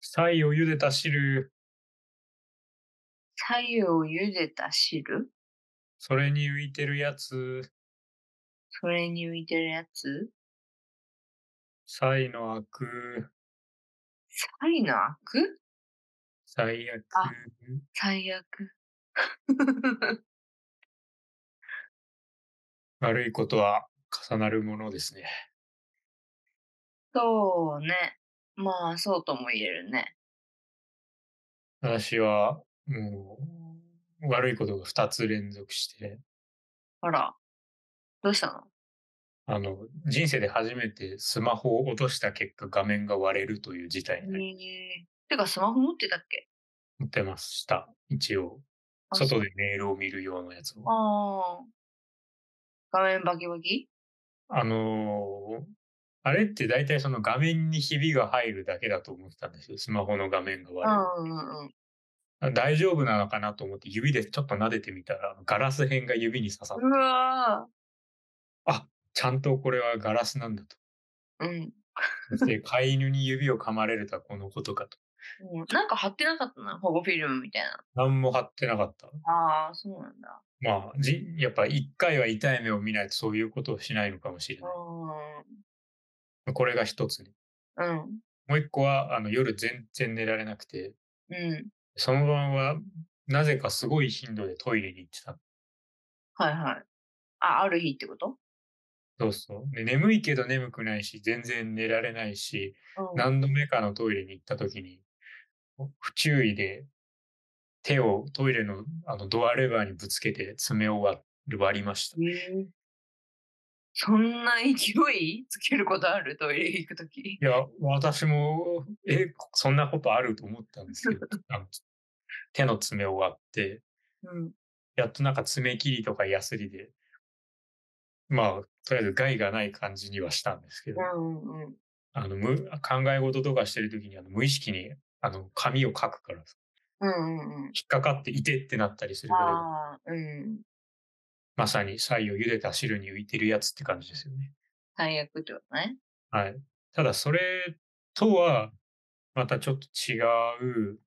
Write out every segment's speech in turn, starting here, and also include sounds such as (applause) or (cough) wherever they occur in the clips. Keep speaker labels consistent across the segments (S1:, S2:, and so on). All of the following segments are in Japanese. S1: 菜を茹でた汁、
S2: 左を茹でた汁
S1: それに浮いてるやつ、
S2: それに浮いてるやつ
S1: 菜のアク、
S2: 菜のアク
S1: 最悪、
S2: あ最悪。
S1: 悪いことは重なるものですね。
S2: そうね。まあ、そうとも言えるね。
S1: 私は、もう、悪いことが2つ連続して、
S2: あら、どうしたの
S1: あの、人生で初めてスマホを落とした結果、画面が割れるという事態になり
S2: えー、てか、スマホ持ってたっけ
S1: 持ってました。一応、
S2: あ
S1: 外でメールを見る用のやつを。
S2: ああ。画面バキバキ
S1: あのーあれって大体その画面にひびが入るだけだと思ってたんですよ。スマホの画面が
S2: う
S1: 割れる。
S2: んうんうん。
S1: 大丈夫なのかなと思って指でちょっと撫でてみたら、ガラス片が指に刺さって
S2: う、わ
S1: ちゃんとこれはガラスなんだ
S2: (laughs)
S1: と。
S2: ーうん。
S1: そして飼い犬に指を噛まれるとはこのことかと。
S2: うんなんか貼ってなかったな、保護フィルムみたいな。
S1: 何も貼ってなかった。
S2: ああ、そうなんだ。
S1: まあ、じやっぱ一回は痛い目を見ないとそういうことをしないのかもしれな
S2: う
S1: い。これが一つね。
S2: ん。うん。
S1: もう一個は、あの、夜全然寝られなくて、
S2: うん。
S1: その晩は、なぜかすごい頻度でトイレに行ってた。
S2: はいはい。あ、ある日ってこと
S1: そうそう。で眠いけど眠くないし、全然寝られないし、
S2: うん。
S1: 何度目かのトイレに行った時に、不注意で手をトイレのあのドアレバーにぶつけて爪を割割りました。
S2: えーそんな勢いつけることあるトイレ行くとき。
S1: いや、私も、え、そんなことあると思ったんです (laughs) けど、あの手の爪を割って、
S2: (laughs) うん。
S1: やっとなんか爪切りとかヤスリで、まあ、とりあえず害がない感じにはしたんですけど、
S2: うんうんうん。
S1: あのむ考え事とかしてる時にあの無意識にあの紙を書くからさ
S2: うんうんうん。
S1: 引っかかっていてってなったりすることが
S2: ああ、うん。
S1: まさに菜を茹でた汁に浮いてるやつって感じですよね。
S2: 最悪ってことね。
S1: はい。ただそれとはまたちょっと違う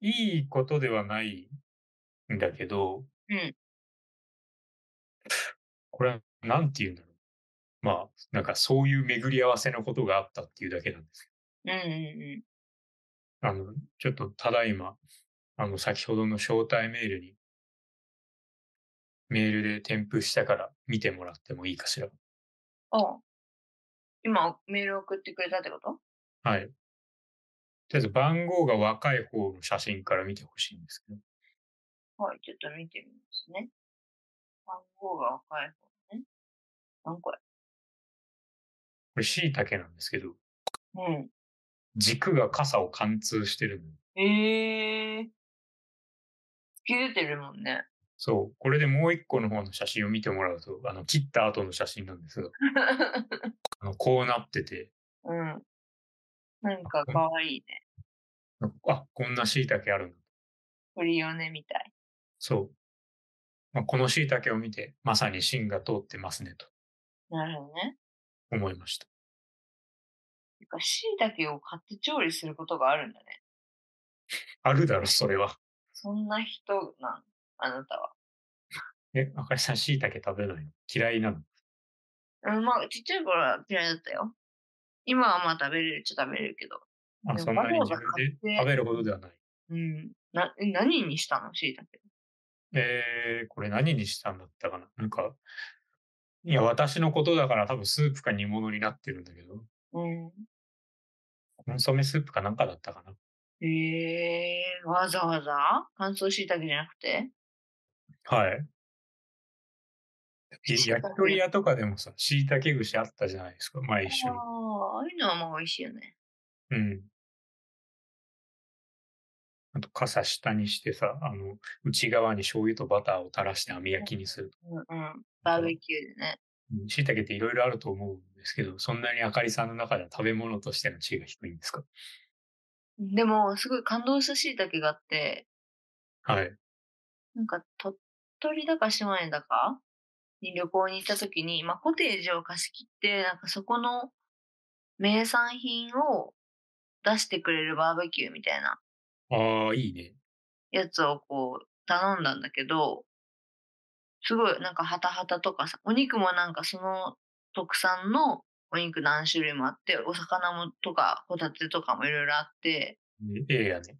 S1: いいことではないんだけど、
S2: うん
S1: これは何て言うんだろう。まあなんかそういう巡り合わせのことがあったっていうだけなんです。
S2: うんうん
S1: あの、ちょっとただいま、あの、先ほどの招待メールに、メールで添付したから見てもらってもいいかしら。
S2: うん。あ今メール送ってくれたってこと
S1: はい。とりあえず番号が若い方の写真から見てほしいんですけど、
S2: はい、ちょっと見てみますね。番号が若い方ね。何これ
S1: これ椎茸なんですけど、
S2: うん。
S1: 軸が傘を貫通してるの。
S2: ええー。突き出てるもんね。
S1: そう。これでもう一個の方の写真を見てもらうと、あの、切った後の写真なんですが、あの、こうなってて、
S2: (laughs) うん。なんか可愛い (laughs) ね。
S1: あ、こんな椎茸あるんだ。
S2: 鳥よねみたい。
S1: そう。まあ、この椎茸を見て、まさに芯が通ってますねと
S2: なるほどね。
S1: 思いました。
S2: てか、椎茸を買って調理することがあるんだね。
S1: あるだろ、それは。
S2: そんな人なん、あなたは。
S1: え、あかりさん、椎茸食べないの嫌いなの
S2: うん、まあ、ちっちゃい頃は嫌いだったよ。今はまあ食べれるっちゃ食べれるけど。
S1: あ、
S2: でも
S1: そんなに
S2: わ
S1: 自
S2: ざわざ
S1: 分で
S2: 買って
S1: 食べるほどではない。
S2: うん。な、え何にしたの椎茸。
S1: えー、これ何にしたんだったかななんか、いや、私のことだから多分スープか煮物になってるんだけど、
S2: うん。
S1: コンソメスープかなんかだったかな
S2: ええー、わざわざ乾燥椎茸じゃなくて
S1: はい。え
S2: 椎茸
S1: 焼き鳥屋とかでもさ、椎茸串あったじゃないですか、毎週。
S2: ああ、ああいうのはまあ美味しいよね。
S1: うん。あと、傘下にしてさ、あの、内側に醤油とバターを垂らして網焼きにする。
S2: うんうん。バーベキューでね。
S1: うん椎茸っていろいろあると思うんですけど、そんなにあかりさんの中では食べ物としての地位が低いんですか
S2: でも、すごい感動した椎茸があって、
S1: はい。
S2: なんか、鳥取だか島根だかに旅行に行った時に、まあ、コテージを貸し切って、なんかそこの名産品を出してくれるバーベキューみたいな
S1: ああ、いいね。
S2: やつをこう頼んだんだけど、すごいなんかハタハタとかさ、お肉もなんかその特産のお肉何種類もあって、お魚もとかホタテとかもいろいろあって、
S1: ねええやね。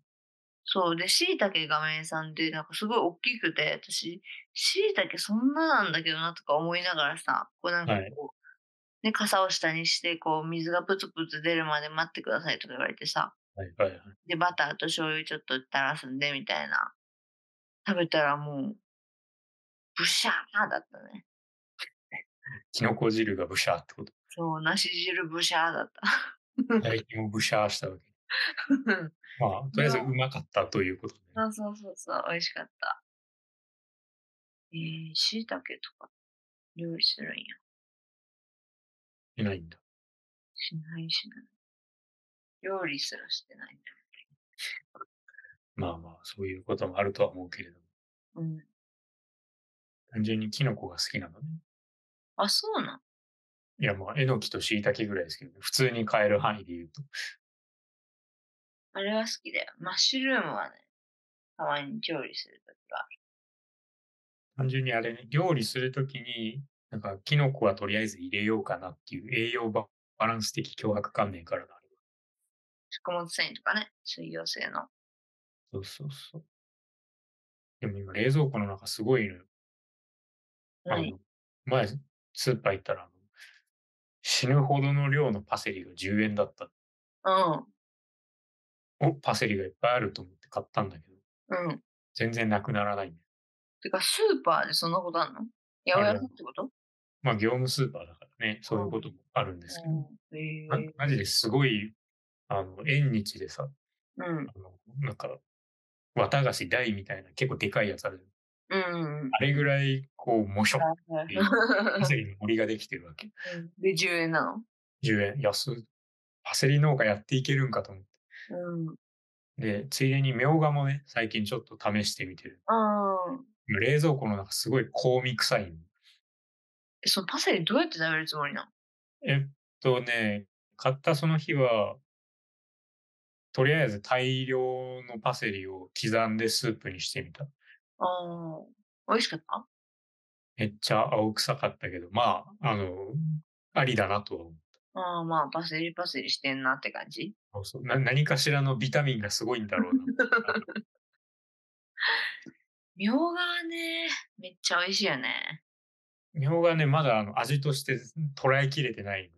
S2: そうで、椎茸が名産でなんかすごい大きくて、私、椎茸そんななんだけどなとか思いながらさ、こうなんかこう、
S1: はい
S2: ね、傘を下にして、こう水がプツプツ出るまで待ってくださいとか言われてさ、
S1: はいはいはい。
S2: で、バターと醤油ちょっと垂らすんで、みたいな。食べたらもう、ブシャーだったね。
S1: キノコ汁がブシャーってこと。
S2: そう、梨汁ブシャーだった。 (laughs)
S1: 唾液もブシャーしたわけ。まあ、とりあえずうまかったということで。
S2: そうそうそうそう、美味しかった。えー、椎茸とか料理するんや。
S1: いないんだ。
S2: しないしない。料理すらしてないね。
S1: まあまあ、そういうこともあるとは思うけれども。
S2: うん。
S1: 単純にキノコが好きなのね。
S2: あ、そうなん。
S1: いや、まあ、えのきと椎茸ぐらいですけど、普通に買える範囲で言うと。
S2: あれは好きだよ。マッシュルームはね、たまに調理するときは。
S1: 単純にあれね、料理するときに、なんか、キノコはとりあえず入れようかなっていう栄養ババランス的脅迫観念からだ。
S2: 食物繊維とかね、水溶性の。
S1: そうそうそう。でも今、冷蔵庫の中すごいのよ。あ
S2: 何
S1: の前、スーパー行ったら、あの死ぬほどの量のパセリが10円だった。
S2: うん。
S1: お、パセリがいっぱいあると思って買ったんだけど、
S2: うん。
S1: 全然なくならないんだよ。
S2: てか、スーパーでそんなことあんの八百屋さんってこと
S1: まあ、業務スーパーだからね、そういうこともあるんですけど、
S2: うん。へ
S1: ま
S2: え
S1: マジですごい、あの、縁日でさ、
S2: うん。
S1: あのなんか、綿菓子台みたいな結構でかいやつある。
S2: うんうん。
S1: あれぐらい、こう、もしょっ
S2: はい
S1: ていうパ
S2: は
S1: セリの森ができてるわけ。
S2: い (laughs) で、10円なの
S1: 10円安い。パセリ農家やっていけるんかと思って。
S2: うん。
S1: で、ついでにみょうがもね、最近ちょっと試してみてる。
S2: ああ。
S1: 冷蔵庫の中すごい香味臭いの。
S2: えそのパセリどうやって食べるつもりなの
S1: えっとね、買ったその日は、とりあえず大量のパセリを刻んでスープにしてみた。
S2: ああ。美味しかった
S1: めっちゃ青臭かったけど、まあ、あの、ありだなとは思う
S2: ああ、まあ、パセリパセリしてんなって感じ。
S1: そうそうな。何かしらのビタミンがすごいんだろうな。
S2: みょうがはね、めっちゃ美味しいよね。
S1: みょうがね、まだあの味として捉えきれてない。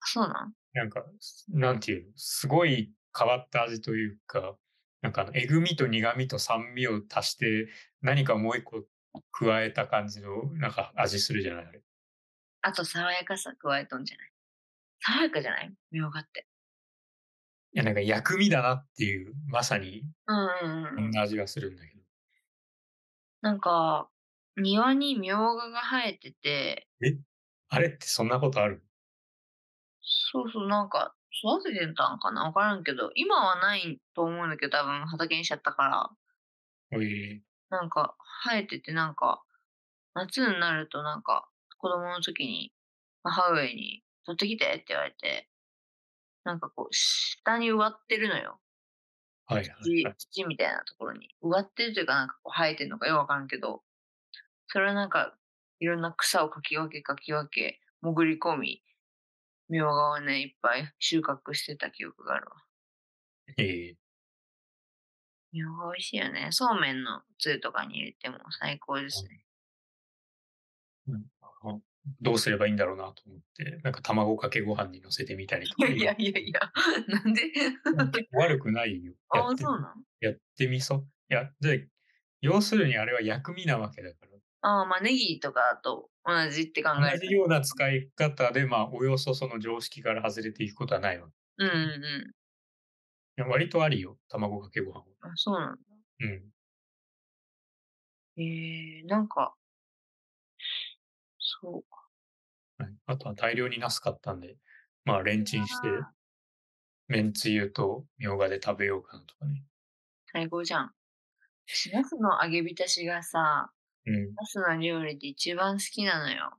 S2: あそうなん
S1: なんか、なんていうの、すごい変わった味というか、なんかあのえぐみと苦みと酸味を足して、何かもう一個加えた感じの、なんか味するじゃないあれ。
S2: あと、爽やかさ加えとんじゃない爽やかじゃないみょうがって。
S1: いや、なんか薬味だなっていう、まさに、
S2: うんうん
S1: こ
S2: うんん。
S1: な味がするんだけど。
S2: なんか、庭にみょうがが生えてて、
S1: あれってそんなことある
S2: そうそう、なんか、育ててたんかなわからんけど、今はないと思うんだけど、多分畑にしちゃったから、
S1: ええ
S2: なんか、生えてて、なんか、夏になると、なんか、子供の時に、母上に、取ってきてって言われて、なんかこう、下に植わってるのよ。
S1: はいはい、は
S2: 土
S1: い。
S2: 土みたいなところに。植わってるというか、なんかこう、生えてるのかよくわからんけど、それはなんか、いろんな草をかき分けかき分け、潜り込み、みょうがをね、いっぱい収穫してた記憶があるわ。
S1: ええ
S2: いや、美味しいよね。そうめんのつゆとかに入れても最高ですね。
S1: どうすればいいんだろうなと思って、なんか卵かけご飯に乗せてみたりとか。
S2: いやいやいや、 (laughs) なんで
S1: 悪くないよ。や
S2: あ
S1: っ、て
S2: そうなん
S1: やってみそう。いや、で、要するにあれは薬味なわけだから。
S2: あまあ、ネギとかと同じって考え
S1: 同じ
S2: る。
S1: ような使い方で、まあ、およそその常識から外れていくことはないわ
S2: うんうん
S1: け。いや割とありよ、卵かけご飯は。
S2: うん。あ、そうなんだ。
S1: うん。
S2: えー、なんか、そうか。
S1: はいあとは大量にナス買ったんで、まあ、レンチンして、めんつゆとみょうがで食べようかなとかね。
S2: 最高じゃん。しナスの揚げ浸しがさ、
S1: うん。
S2: ナスの料理で一番好きなのよ。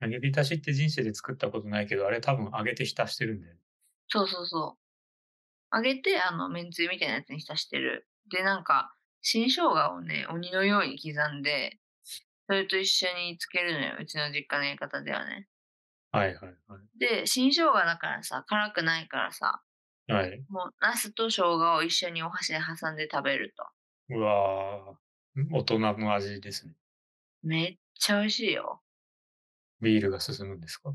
S1: 揚げ浸しって人生で作ったことないけど、あれ多分揚げて浸してるんだよね。
S2: そうそうそ揚げて、あの、めんつゆみたいなやつに浸してる。で、なんか、新生姜をね、鬼のように刻んで、それと一緒につけるのよ。うちの実家のやり方ではね。
S1: はいはいは
S2: で、新生姜だからさ、辛くないからさ、
S1: い。はい。
S2: もう、茄子と生姜を一緒にお箸で挟んで食べると。
S1: うわー大人の味ですね。
S2: めっちゃ美味しいよ。
S1: ビールが進むんですか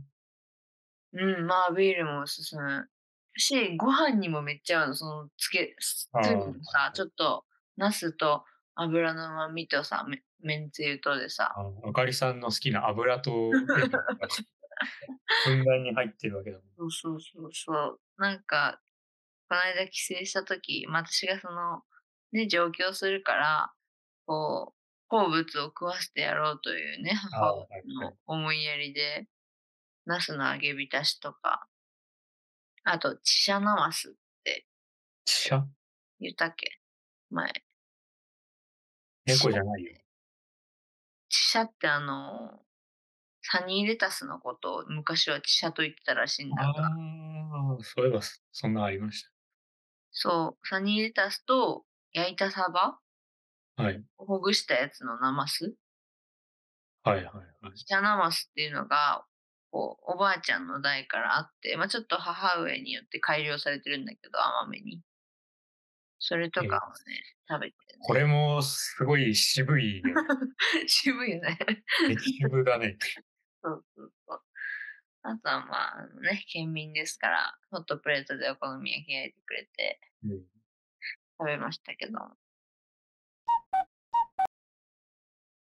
S2: うん、まあ、ビールも進む。し、ご飯にもめっちゃ合うの。その、つけ、つ
S1: あー
S2: ゆもさ、ちょっと、茄子と油の旨味とさ、めめんつゆとでさ、
S1: あのあかりさんの好きな油と塩分が
S2: (laughs)
S1: ふんだんに入ってるわけだもん。
S2: そうそうそうそう。なんか、この間帰省した時、まあ私がその、ね、上京するから、こう、好物を食わせてやろうというね、母
S1: あーはいは
S2: の思いやりで、ナスの揚げ浸しとか、あと、チシャナマス
S1: シャ
S2: 言ったっけ前。
S1: 猫じゃないよ。
S2: チシャってあの、サニーレタスのことを昔はチシャと言ってたらしいんだ
S1: あ
S2: が、
S1: あ、そういえばそそんなありまし
S2: そう、サニーレタスと焼いたサバ
S1: た。はい。
S2: ほぐしたやつのナマス、
S1: はいはいはい。
S2: キャナマスっていうのが、こう、おばあちゃんの代からあって、まあちょっと母上によって改良されてるんだけど、甘めに。それとかをね、食べて、
S1: これもすごい渋いね。 (laughs)
S2: ね、 (laughs) 渋いよね。 (laughs)
S1: 激渋だね。
S2: そうそうそう。あとはまあ、あのね、県民ですから、ホットプレートでお好み焼き焼いてくれて
S1: うん
S2: 食べましたけど。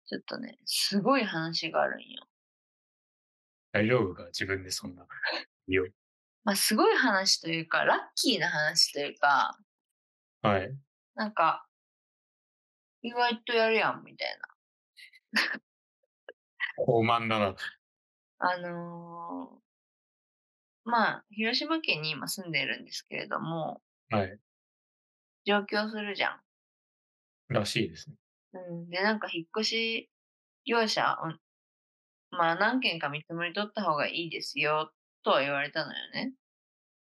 S2: ちょっとね、すごい話があるんよ。
S1: 大丈夫か自分でそんな。いいよ。
S2: まあ、すごい話というか、ラッキーな話というか、
S1: はい。
S2: なんか、意外とやるやん、みたい
S1: 傲慢だな。
S2: な。あのーまあ、広島県に今住んでるんですけれども、
S1: はい。
S2: 上京するじゃん。
S1: らしいですね。
S2: うん。で、なんか引っ越し業者、うんまあ、何件か見積もり取った方がいいですよ、とは言われたのよね。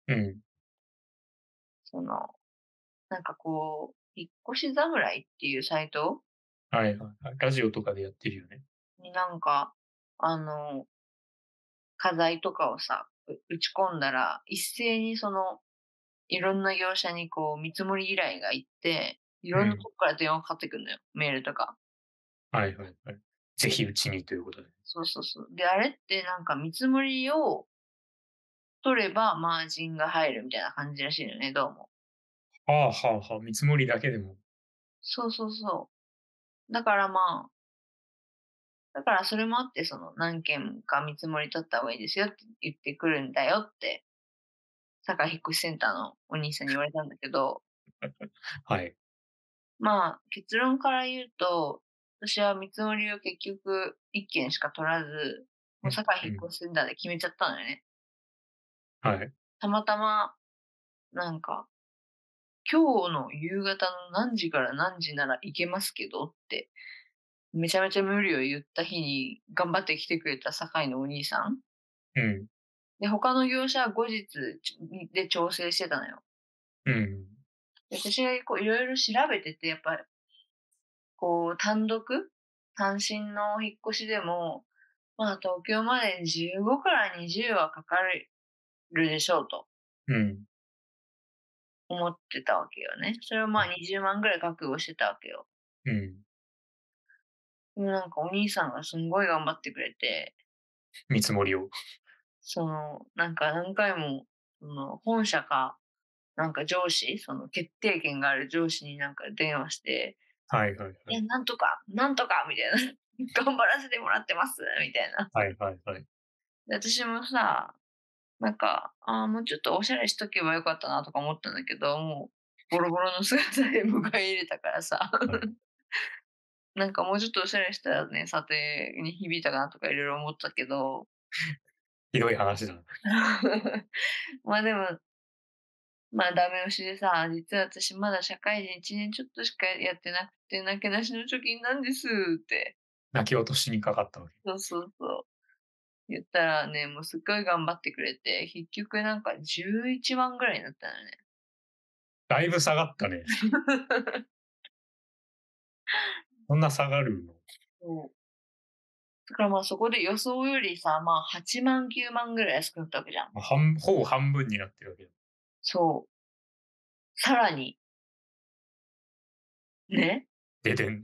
S1: うん。
S2: その、なんかこう、引っ越し侍っていうサイト
S1: はいはいはい。ラジオとかでやってるよね。
S2: になんか、あの、課題とかをさ、う打ち込んだら、一斉にその、いろんな業者にこう、見積もり依頼がいって、いろんなとこから電話かかってくるのよ、メールとか。
S1: はいはいはい。ぜひうちにということで。
S2: そうそうそう。で、あれってなんか見積もりを取ればマージンが入るみたいな感じらしいのよね、どうも。
S1: はあはあはあ。見積もりだけでも。
S2: そうそうそう。だからまあ、だからそれもあって、その何件か見積もり取った方がいいですよって言ってくるんだよって、坂井引っ越しセンターのお兄さんに言われたんだけど、
S1: はい。
S2: まあ結論から言うと、私は見積もりを結局1件しか取らず、もう坂井引っ越しセンターで決めちゃったのよね。
S1: はい。
S2: たまたま、なんか、今日の夕方の何時から何時なら行けますけどって、めちゃめちゃ無理を言った日に頑張って来てくれた堺のお兄さん。
S1: うん。
S2: で、他の業者は後日ちで調整してたのよ。
S1: うん。
S2: で私がこういろいろ調べてて、やっぱり、こう単独単身の引っ越しでも、まあ東京まで15から20はかかるでしょうと。
S1: うん。
S2: 思ってたわけよね。それをまあ20万ぐらい覚悟してたわけよ。
S1: うん。
S2: でもなんかお兄さんがすんごい頑張ってくれて、
S1: 見積もりを。
S2: その、なんか何回も、その本社か、なんか上司、その決定権がある上司になんか電話して、
S1: はいはいはい
S2: いや、なんとか、なんとか、みたいな。 (laughs) 頑張らせてもらってます、みたいな。
S1: はいはいはい。
S2: で私もさ、なんか、ああ、もうちょっとおしゃれしとけばよかったなとか思ったんだけど、もう、ボロボロの姿で迎え入れたからさ、 (laughs) なんかもうちょっとおしゃれしたらね、査定に響いたかなとかいろいろ思ったけど、 (laughs)
S1: ひどい話だな。
S2: まあでも、まあダメ押しでさ、実は私まだ社会人1年ちょっとしかやってなくて、なけなしの貯金なんですって、
S1: 泣き落としにかかったわけ。
S2: そうそうそう。言ったらね、もうすっごい頑張ってくれて、結局なんか11万ぐらいになったのよね。
S1: だいぶ下がったね。 (laughs) こんな下がるの
S2: そうだからまあそこで予想よりさ、まあ8万9万ぐらい安くなったわけじゃん。
S1: まあ半ほぼ半分になってるわけだ。
S2: そう。さらに。
S1: (laughs)
S2: ね
S1: ででん。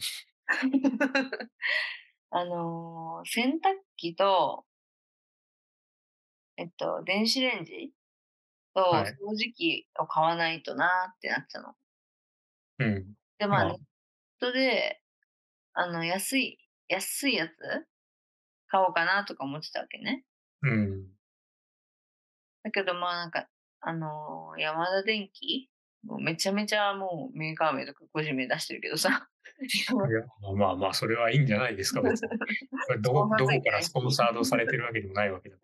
S2: あのー洗濯機と、えっと、電子レンジと
S1: はい
S2: 掃除機を買わないとなーってなったの。
S1: うん。
S2: で、まあ、
S1: ま
S2: ネ
S1: あ
S2: ットで、あの、安い、安いやつ買おうかなとか思ってたわけね。
S1: うん。
S2: だけど、まあなんか、あのー、山田電機もうめちゃめちゃもうメーカー名とか個人名出してるけ
S1: (laughs)
S2: どさ。 (laughs)
S1: いやまあまあ、それはいいんじゃないですか、別に。これどこどこからスポンサードされてるわけでもないわけだか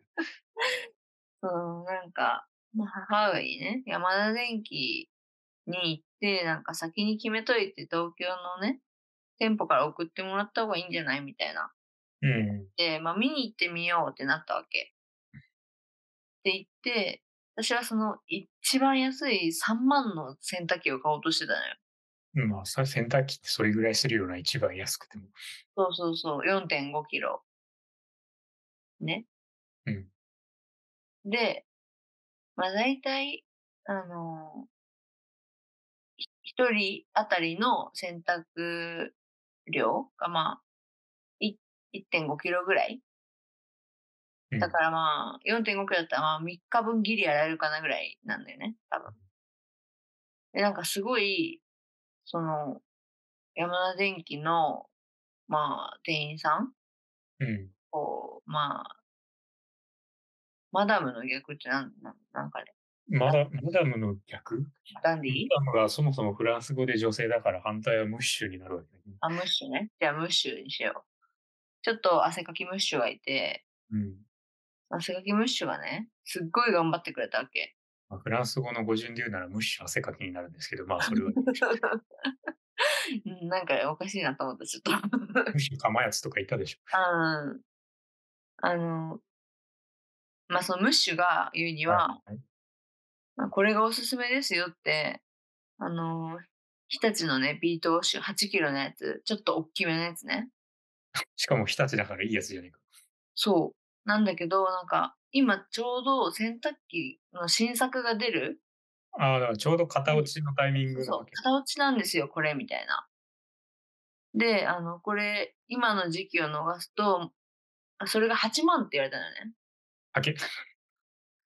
S2: うん、なんか、まあ、母上にね、山田電機に行って、なんか先に決めといて、東京のね、店舗から送ってもらった方がいいんじゃないみたいな。
S1: ら。うん。
S2: で、まあ、見に行ってみようってなったわけ。って言って、私はその一番安い3万の洗濯機を買おうとしてたのよ。
S1: まあ、さ洗濯機ってそれぐらいするような、一番安くても。
S2: そうそうそう、4.5キロ。ね。
S1: うん。
S2: で、まあ大体、あのー、ひ一人あたりの洗濯量がまあ、い1.5キロぐらい。
S1: うん
S2: だからまあ、4.5キロだったらまあ3日分ギリやられるかなぐらいなんだよね、多分。で、なんかすごい、その、山田電機の、まあ、店員さん
S1: うん。
S2: こう、まあ、マダムの逆ってなん、なんなんかね、
S1: まだ、マダムの逆
S2: ダンディ
S1: マダムがそもそもフランス語で女性だから反対はムッシュになるわけだね。
S2: あ、ムッシュね。じゃあムッシュにしよう。ちょっと汗かきムッシュがいて、
S1: うん。
S2: 汗かきムッシュがね、すっごい頑張ってくれたわけ。 (laughs)
S1: まあ、フランス語の語順で言うならムッシュ汗かきになるんですけど、まあ、それは、ム
S2: うんなんかおかしいなと思った、ちょっと。
S1: ッシュかまやつとかいたでしょ。
S2: あのあの、まあそのムッシュが言うには、
S1: い。
S2: まあこれがおすすめですよって、あのー日立のね、ビートウォッシュ8キロのやつ、ちょっと大きめのやつね。
S1: しかも日立だからいいやつじゃねえか。
S2: そう。なんだけど、なんか、今ちょうど洗濯機の新作が出る、
S1: ああ、だからちょうど片落ちのタイミングな
S2: そ
S1: わ
S2: う
S1: け、。
S2: 片落ちなんですよ、これ、みたいな。で、あの、これ、今の時期を逃すと、あそれが8万って言われたのよね。
S1: はけ、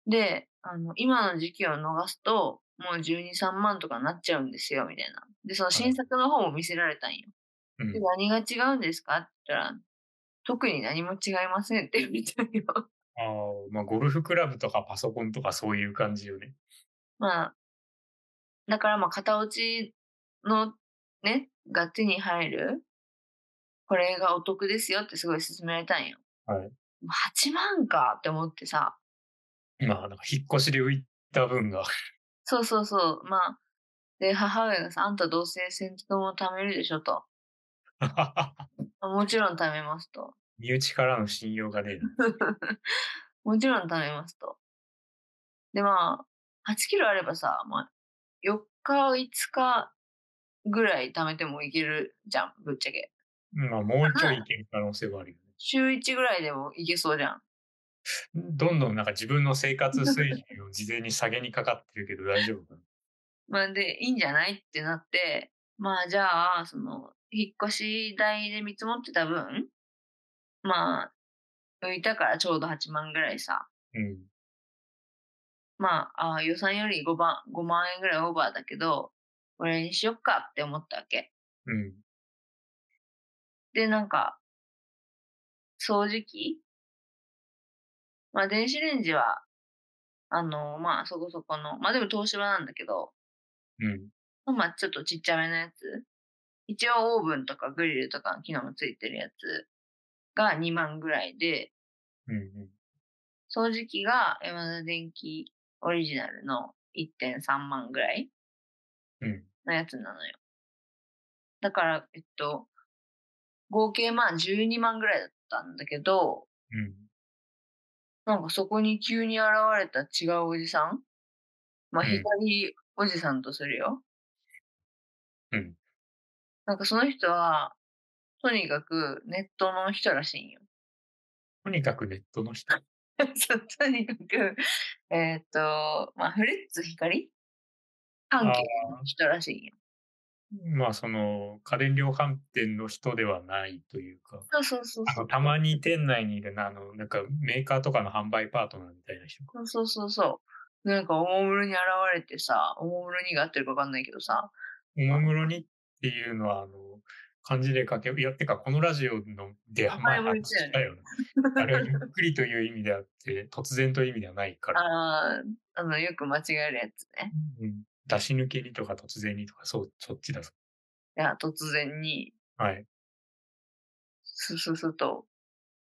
S2: で、あの、今の時期を逃すと、もう12、3万とかになっちゃうんですよ、みたいな。で、その新作の方も見せられたんよ。
S1: うん
S2: で、何が違うんですかって言ったら、特に何も違いませんって言たいよ。
S1: あーまあ、ゴルフクラブとかパソコンとかそういう感じよね。
S2: まあ、だからまあ、片落ちのね、が手に入る、これがお得ですよってすごい勧められたんよ。
S1: はい
S2: 8万かって思ってさ、
S1: まあ、なんか引っ越しで浮いた分が、 (laughs)
S2: そうそうそう、まあ、で、母親がさ、あんたどうせ洗濯も貯めるでしょと。あもちろん貯めますと。
S1: 身内からの信用がねえな。
S2: もちろん貯めますと。で、まあ、8キロあればさ、まあ、4日、5日ぐらい貯めてもいけるじゃん、ぶっちゃけ。
S1: まあ、もうちょいいける可能性はあるよね。
S2: 週1ぐらいでもいけそうじゃん。
S1: どんどんなんか自分の生活水準を事前に下げにかかってるけど大丈夫かな。
S2: まあ、で、いいんじゃないってなって、まあ、じゃあ、その、引っ越し代で見積もってた分、まあ、浮いたからちょうど8万ぐらいさ、
S1: うん。
S2: まあ、あ予算より5万、5万円ぐらいオーバーだけど、これにしよっかって思ったわけ。
S1: うん。
S2: で、なんか、掃除機まあ、電子レンジは、あの、まあ、そこそこの、まあ、でも東芝なんだけど、
S1: うん。
S2: まあ、ちょっとちっちゃめのやつ。一応、オーブンとかグリルとかの機能もついてるやつが2万ぐらいで、
S1: うん。うん
S2: 掃除機がヤマダ電機オリジナルの1.3万ぐらい
S1: うん。
S2: のやつなのよ。だから、えっと、合計まあ12万ぐらいだったんだけど、
S1: うん。
S2: なんかそこに急に現れた違うおじさん。まあ、
S1: うん
S2: 左おじさんとするよ。
S1: うん。
S2: なんかその人は、とにかくネットの人らしいんよ。 (laughs)
S1: とにかくネットの人。
S2: そうとにかく、えっ、と、まあ、フレッツ光関係の人らしいんよ。
S1: まあ、その、家電量販店の人ではないというか、
S2: そうそうそう
S1: あ
S2: そ
S1: の
S2: う。
S1: たまに店内にいるな、あの、なんかメーカーとかの販売パートナーみたいな人か。
S2: そうそうそうそう。なんかおもむろに現れてさ、おもむろにが合ってるかわかんないけどさ、
S1: おもむろにっていうのは、あの、漢字で書け、いや、ってか、このラジオので
S2: あ
S1: 前
S2: 前も言
S1: 話
S2: っ
S1: したたよね。あれはゆっくりという意味であって、突然という意味ではないから、
S2: あーあの、よく間違えるやつね。
S1: うん、出し抜けにとか突然にとか、そう、そっちだぞ。
S2: いや、突然に、
S1: はい。
S2: すすすと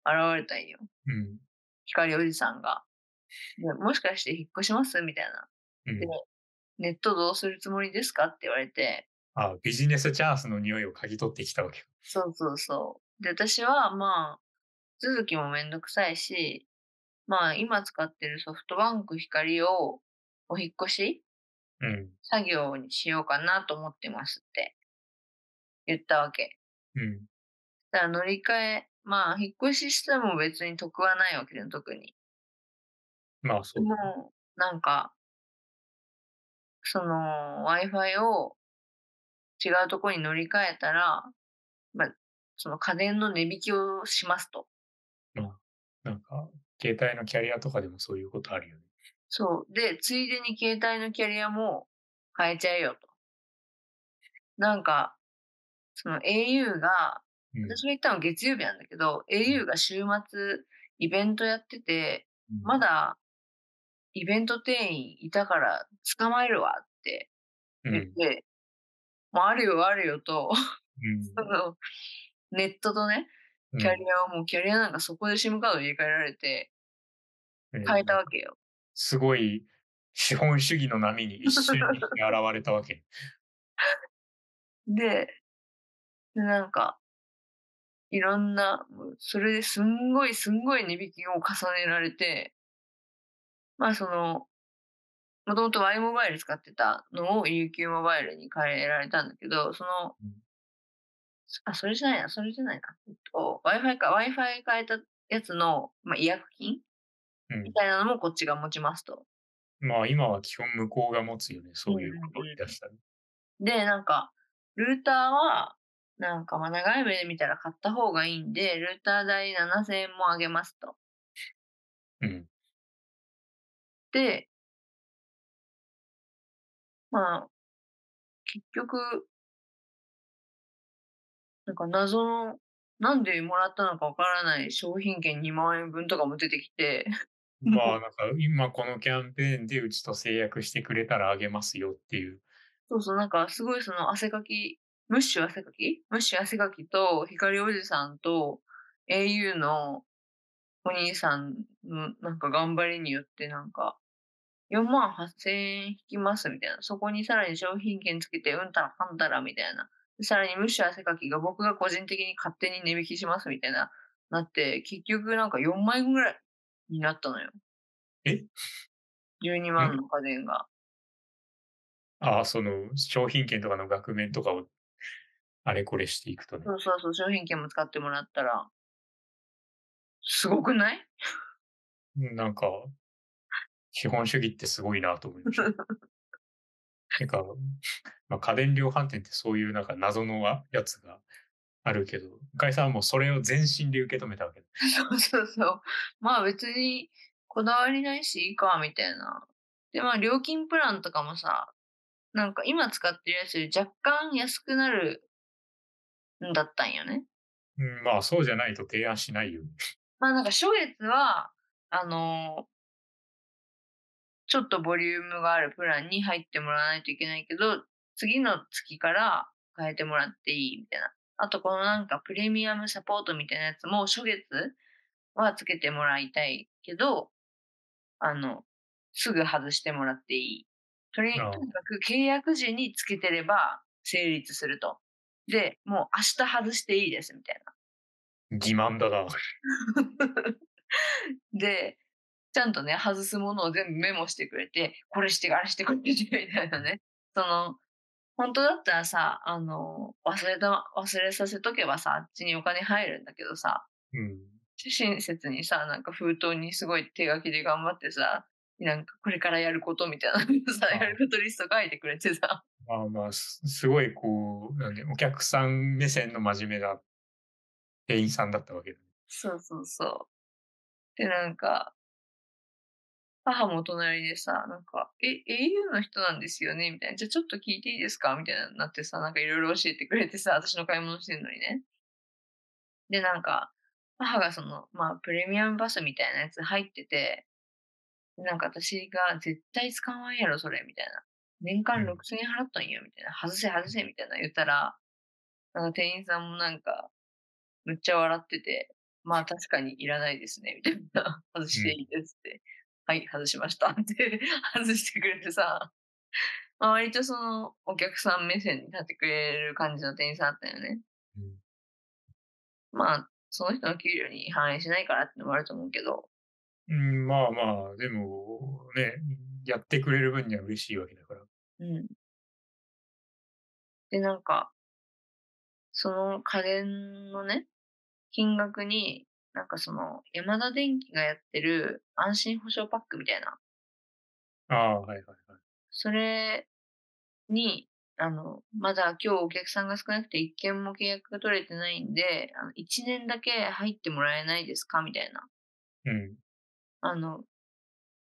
S2: 現れたんよ。
S1: うん。
S2: 光おじさんが。でもしかして引っ越しますみたいな。
S1: うん
S2: で、ネットどうするつもりですかって言われて、
S1: あ、ビジネスチャンスの匂いを嗅ぎ取ってきたわけか。
S2: そうそうそう。で、私はまあ、続きもめんどくさいし、まあ今使ってるソフトバンク光をお引っ越し
S1: うん。
S2: 作業にしようかなと思ってますって言ったわけ。
S1: うん。
S2: だから乗り換え、まあ引っ越ししても別に得はないわけで特に。
S1: まあ、そう。
S2: もう、なんか、その Wi-Fi を違うところに乗り換えたら、まあ、その家電の値引きをしますと。
S1: なんか、携帯のキャリアとかでもそういうことあるよね。
S2: そう。で、ついでに携帯のキャリアも変えちゃえよと。なんか、その au が、
S1: うん
S2: 私が行ったの月曜日なんだけど、au が週末イベントやってて、
S1: うん
S2: まだイベント店員いたから捕まえるわって
S1: う
S2: 言っ
S1: ん。
S2: て、もうあるよあるよと、 (laughs) そのネットとね、
S1: うん。
S2: キャリアをもうキャリアなんかそこで SIM カード入れ替えられて
S1: うん
S2: 変えたわけよ。
S1: すごい資本主義の波に一瞬にして現れたわけ。 (laughs)
S2: で、でなんか、いろんな、もうそれですんごいすんごい値引きを重ねられて、まあその、もともと Y モバイル使ってたのを UQ モバイルに変えられたんだけど、その
S1: うん、
S2: あ、それじゃないな、それじゃないな。えっと、Wi-Fi か、Wi-Fi 変えたやつの、まあ、違約金
S1: うん
S2: みたいなのもこっちが持ちますと。
S1: まあ今は基本向こうが持つよね、そういうことを言い出したら。
S2: で、なんか、ルーターは、なんかまあ長い目で見たら買った方がいいんで、ルーター代7000円もあげますと。
S1: うん。
S2: で、まあ、結局、なんか謎の、なんでもらったのかわからない商品券2万円分とかも出てきて、
S1: まあなん (laughs) か今このキャンペーンでうちと制約してくれたらあげますよっていう。
S2: そうそう、なんかすごいその汗かき、ムッシュ汗かきムッシュ汗かきと、光おじさんと、au のお兄さんのなんか頑張りによってなんか、4万8000円引きますみたいな。そこにさらに商品券つけて、うんたらかんたらみたいな。でさらにムッシュ汗かきが僕が個人的に勝手に値引きしますみたいな、なって、結局なんか4万円ぐらいになったのよ。
S1: え
S2: ?12 万の家電が。
S1: ああ、その商品券とかの額面とかをあれこれしていくとね。
S2: そうそうそう、商品券も使ってもらったら、すごくない (laughs)
S1: なんか、資本主義ってすごいなと思いました。てか、まあ、家電量販店ってそういうなんか謎のわやつがあるけど、向井さんはもうそれを全身で受け止めたわけだ。
S2: そうそうそう。まあ別にこだわりないしいいか、みたいな。で、まあ料金プランとかもさ、なんか今使ってるやつより若干安くなるんだったんよね。
S1: うん、まあそうじゃないと提案しないよね。
S2: まあなんか初月は、あのちょっとボリュームがあるプランに入ってもらわないといけないけど、次の月から変えてもらっていいみたいな。あとこのなんかプレミアムサポートみたいなやつも初月はつけてもらいたいけど、あの、すぐ外してもらっていい。とに
S1: ああ
S2: とにかく契約時につけてれば成立すると。で、もう明日外していいですみたいな。
S1: 欺瞞だな。
S2: で、ちゃんとね、外すものを全部メモしてくれて、これして、あれしてくれて、みたいなね。その、本当だったらさ、あの、忘れた、忘れさせとけばさ、あっちにお金入るんだけどさ、
S1: (laughs) うん。
S2: 親切にさ、なんか封筒にすごい手書きで頑張ってさ、なんかこれからやることみたいなのさ、
S1: はい
S2: やることリスト書いてくれてさ、
S1: まあまあ、すすごいこう、なんでお客さん目線の真面目な店員さんだったわけだ。
S2: そうそうそう。で、なんか、母も隣でさ、なんか、え、au の人なんですよねみたいな。じゃあちょっと聞いていいですかみたいななってさ、なんかいろいろ教えてくれてさ、私の買い物してんのにね。で、なんか、母がその、まあ、プレミアムバスみたいなやつ入ってて、なんか私が絶対使わんやろ、それ、みたいな。年間6000
S1: うん
S2: 円払ったんや、みたいな。外せ、外せ、みたいな言ったら、あの店員さんもなんか、むっちゃ笑ってて、まあ確かにいらないですね、みたいな。 (laughs) 外していいですって。はい、外しましたって (laughs) 外してくれてさ、まあ、割とそのお客さん目線に立ってくれる感じの店員さんだったよね。
S1: うん
S2: まあ、その人の給料に反映しないからってのもあると思うけど、
S1: うん、まあまあ、でもね、やってくれる分には嬉しいわけだから。
S2: うん。で、なんか、その家電のね、金額に、なんかその、ヤマダ電機がやってる安心保証パックみたいな、
S1: ああ、はいはいはい。
S2: それに、あの、まだ今日お客さんが少なくて一件も契約が取れてないんで、あの1年だけ入ってもらえないですかみたいな。
S1: うん。
S2: あの、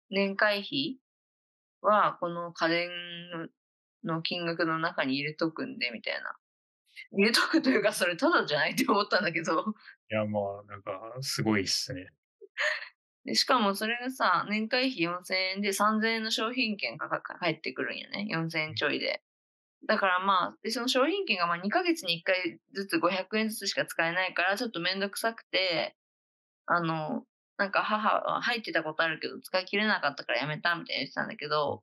S2: 年会費はこの家電のの金額の中に入れとくんで、みたいな。入れとくというか、それただじゃないって思ったんだけど。
S1: いや、まあ、なんか、すごいっすね。
S2: でしかもそれがさ、年会費4000円で3000円の商品券が返ってくるんよね。4000円ちょいで。だからまあ、でその商品券がまあ2ヶ月に1回ずつ500円ずつしか使えないから、ちょっとめんどくさくて、あの、なんか母は入ってたことあるけど、使い切れなかったからやめたみたいに言ってたんだけど、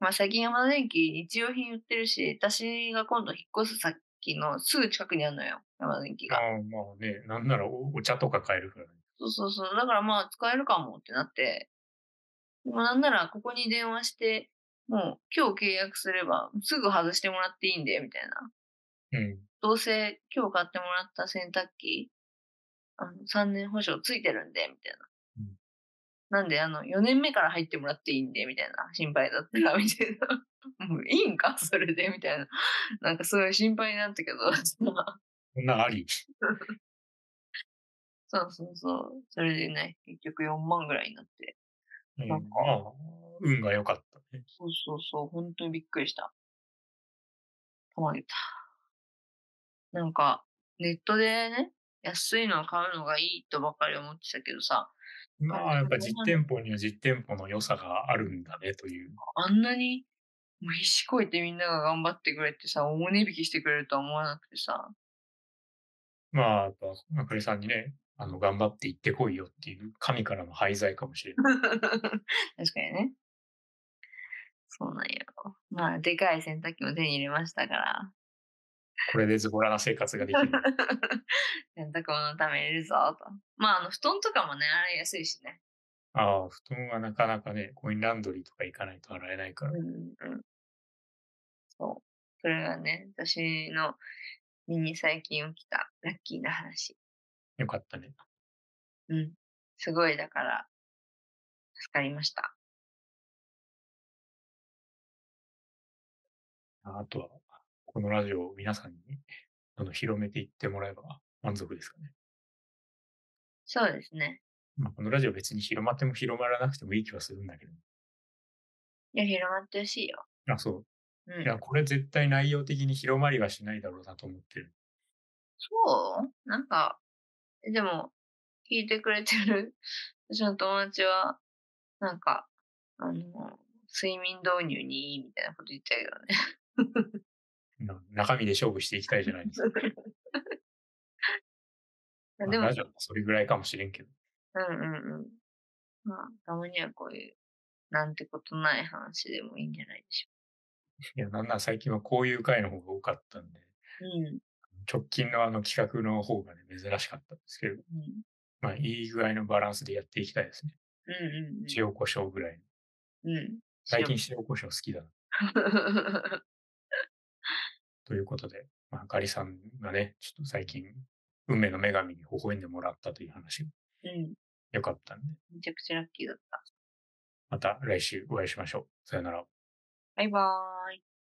S2: まあ最近山田電機日用品売ってるし、私が今度引っ越す先のすぐ近くにあるのよ、山田電機
S1: あ
S2: が
S1: あ。まあね、なんならおお茶とか買えるからね。
S2: そうそうそう。だからまあ使えるかもってなって。でもなんならここに電話して、もう今日契約すればすぐ外してもらっていいんで、みたいな。
S1: うん。
S2: どうせ今日買ってもらった洗濯機、あの3年保証ついてるんで、みたいな。
S1: うん
S2: なんであの4年目から入ってもらっていいんで、みたいな。心配
S1: (laughs)
S2: だったら、みたいな。 (laughs) もういいんかそれで、みたいな。なんかすごい心配になったけど、 (laughs)
S1: こんなんあり。
S2: そうそうそう。それでね、結局4万ぐらいになって。
S1: うん、ま
S2: な
S1: あ
S2: んか、
S1: 運が良かったね。
S2: そうそうそう、本当にびっくりした。たまげた。なんか、ネットでね、安いのを買うのがいいとばかり思ってたけどさ、
S1: まあ、やっぱ実店舗には実店舗の良さがあるんだねという。
S2: あんなに、もう必死こいてみんなが頑張ってくれてさ、大値引きしてくれるとは思わなくてさ、
S1: まあ、やっぱ、あかりさんにね、あの、頑張って行ってこいよっていう神からの廃材かもしれない。 (laughs)
S2: 確かにね。そうなんや。まあ、でかい洗濯機も手に入れましたから、
S1: これでズボラな生活ができる。
S2: 洗濯物のために入れるぞと。まあ、あの、布団とかもね、あれ安いしね。
S1: ああ、布団はなかなかね、コインランドリーとか行かないと洗えないから。
S2: うんうんそう。それがね、私の身に最近起きたラッキーな話。
S1: よかったね。
S2: うん。すごい、だから、助かりました。
S1: あとは、このラジオを皆さんに、あの、広めていってもらえば満足ですかね。
S2: そうですね。
S1: まあ、このラジオ別に広まっても広まらなくてもいい気はするんだけど。
S2: いや、広まってほしいよ。
S1: あ、そうう。
S2: ん
S1: い。や、これ絶対内容的に広まりはしないだろうなと思ってる。
S2: そうなんか、えでも、聞いてくれてる (laughs) 私の友達は、なんか、あの、睡眠導入にいいみたいなこと言ってたけどね。 (laughs)
S1: な中身で勝負していきたいじゃないですか。
S2: い
S1: (laughs) ま
S2: や
S1: あ
S2: (laughs) でも
S1: ラジオはそれぐらいかもしれんけど。
S2: うんうんうん。まあ、たまにはこういう、なんてことない話でもいいんじゃないでしょ
S1: いや、なんなら最近はこういう回の方が多かったんで、
S2: う
S1: 直近のあの企画の方がね、珍しかったんですけど、
S2: か。うん。うん。
S1: まあ、いい具合のバランスでやっていきたいですね。
S2: うんうん
S1: 塩コショウぐらい。
S2: うん。うん。
S1: 最近塩コショウ好きだな。ということで、まあ、あかりさんがね、ちょっと最近、運命の女神に微笑んでもらったという話が
S2: (laughs) うん。
S1: 良かったんで、
S2: めちゃくちゃラッキーだった。
S1: また来週お会いしましょう。さよなら。
S2: バイバーイ。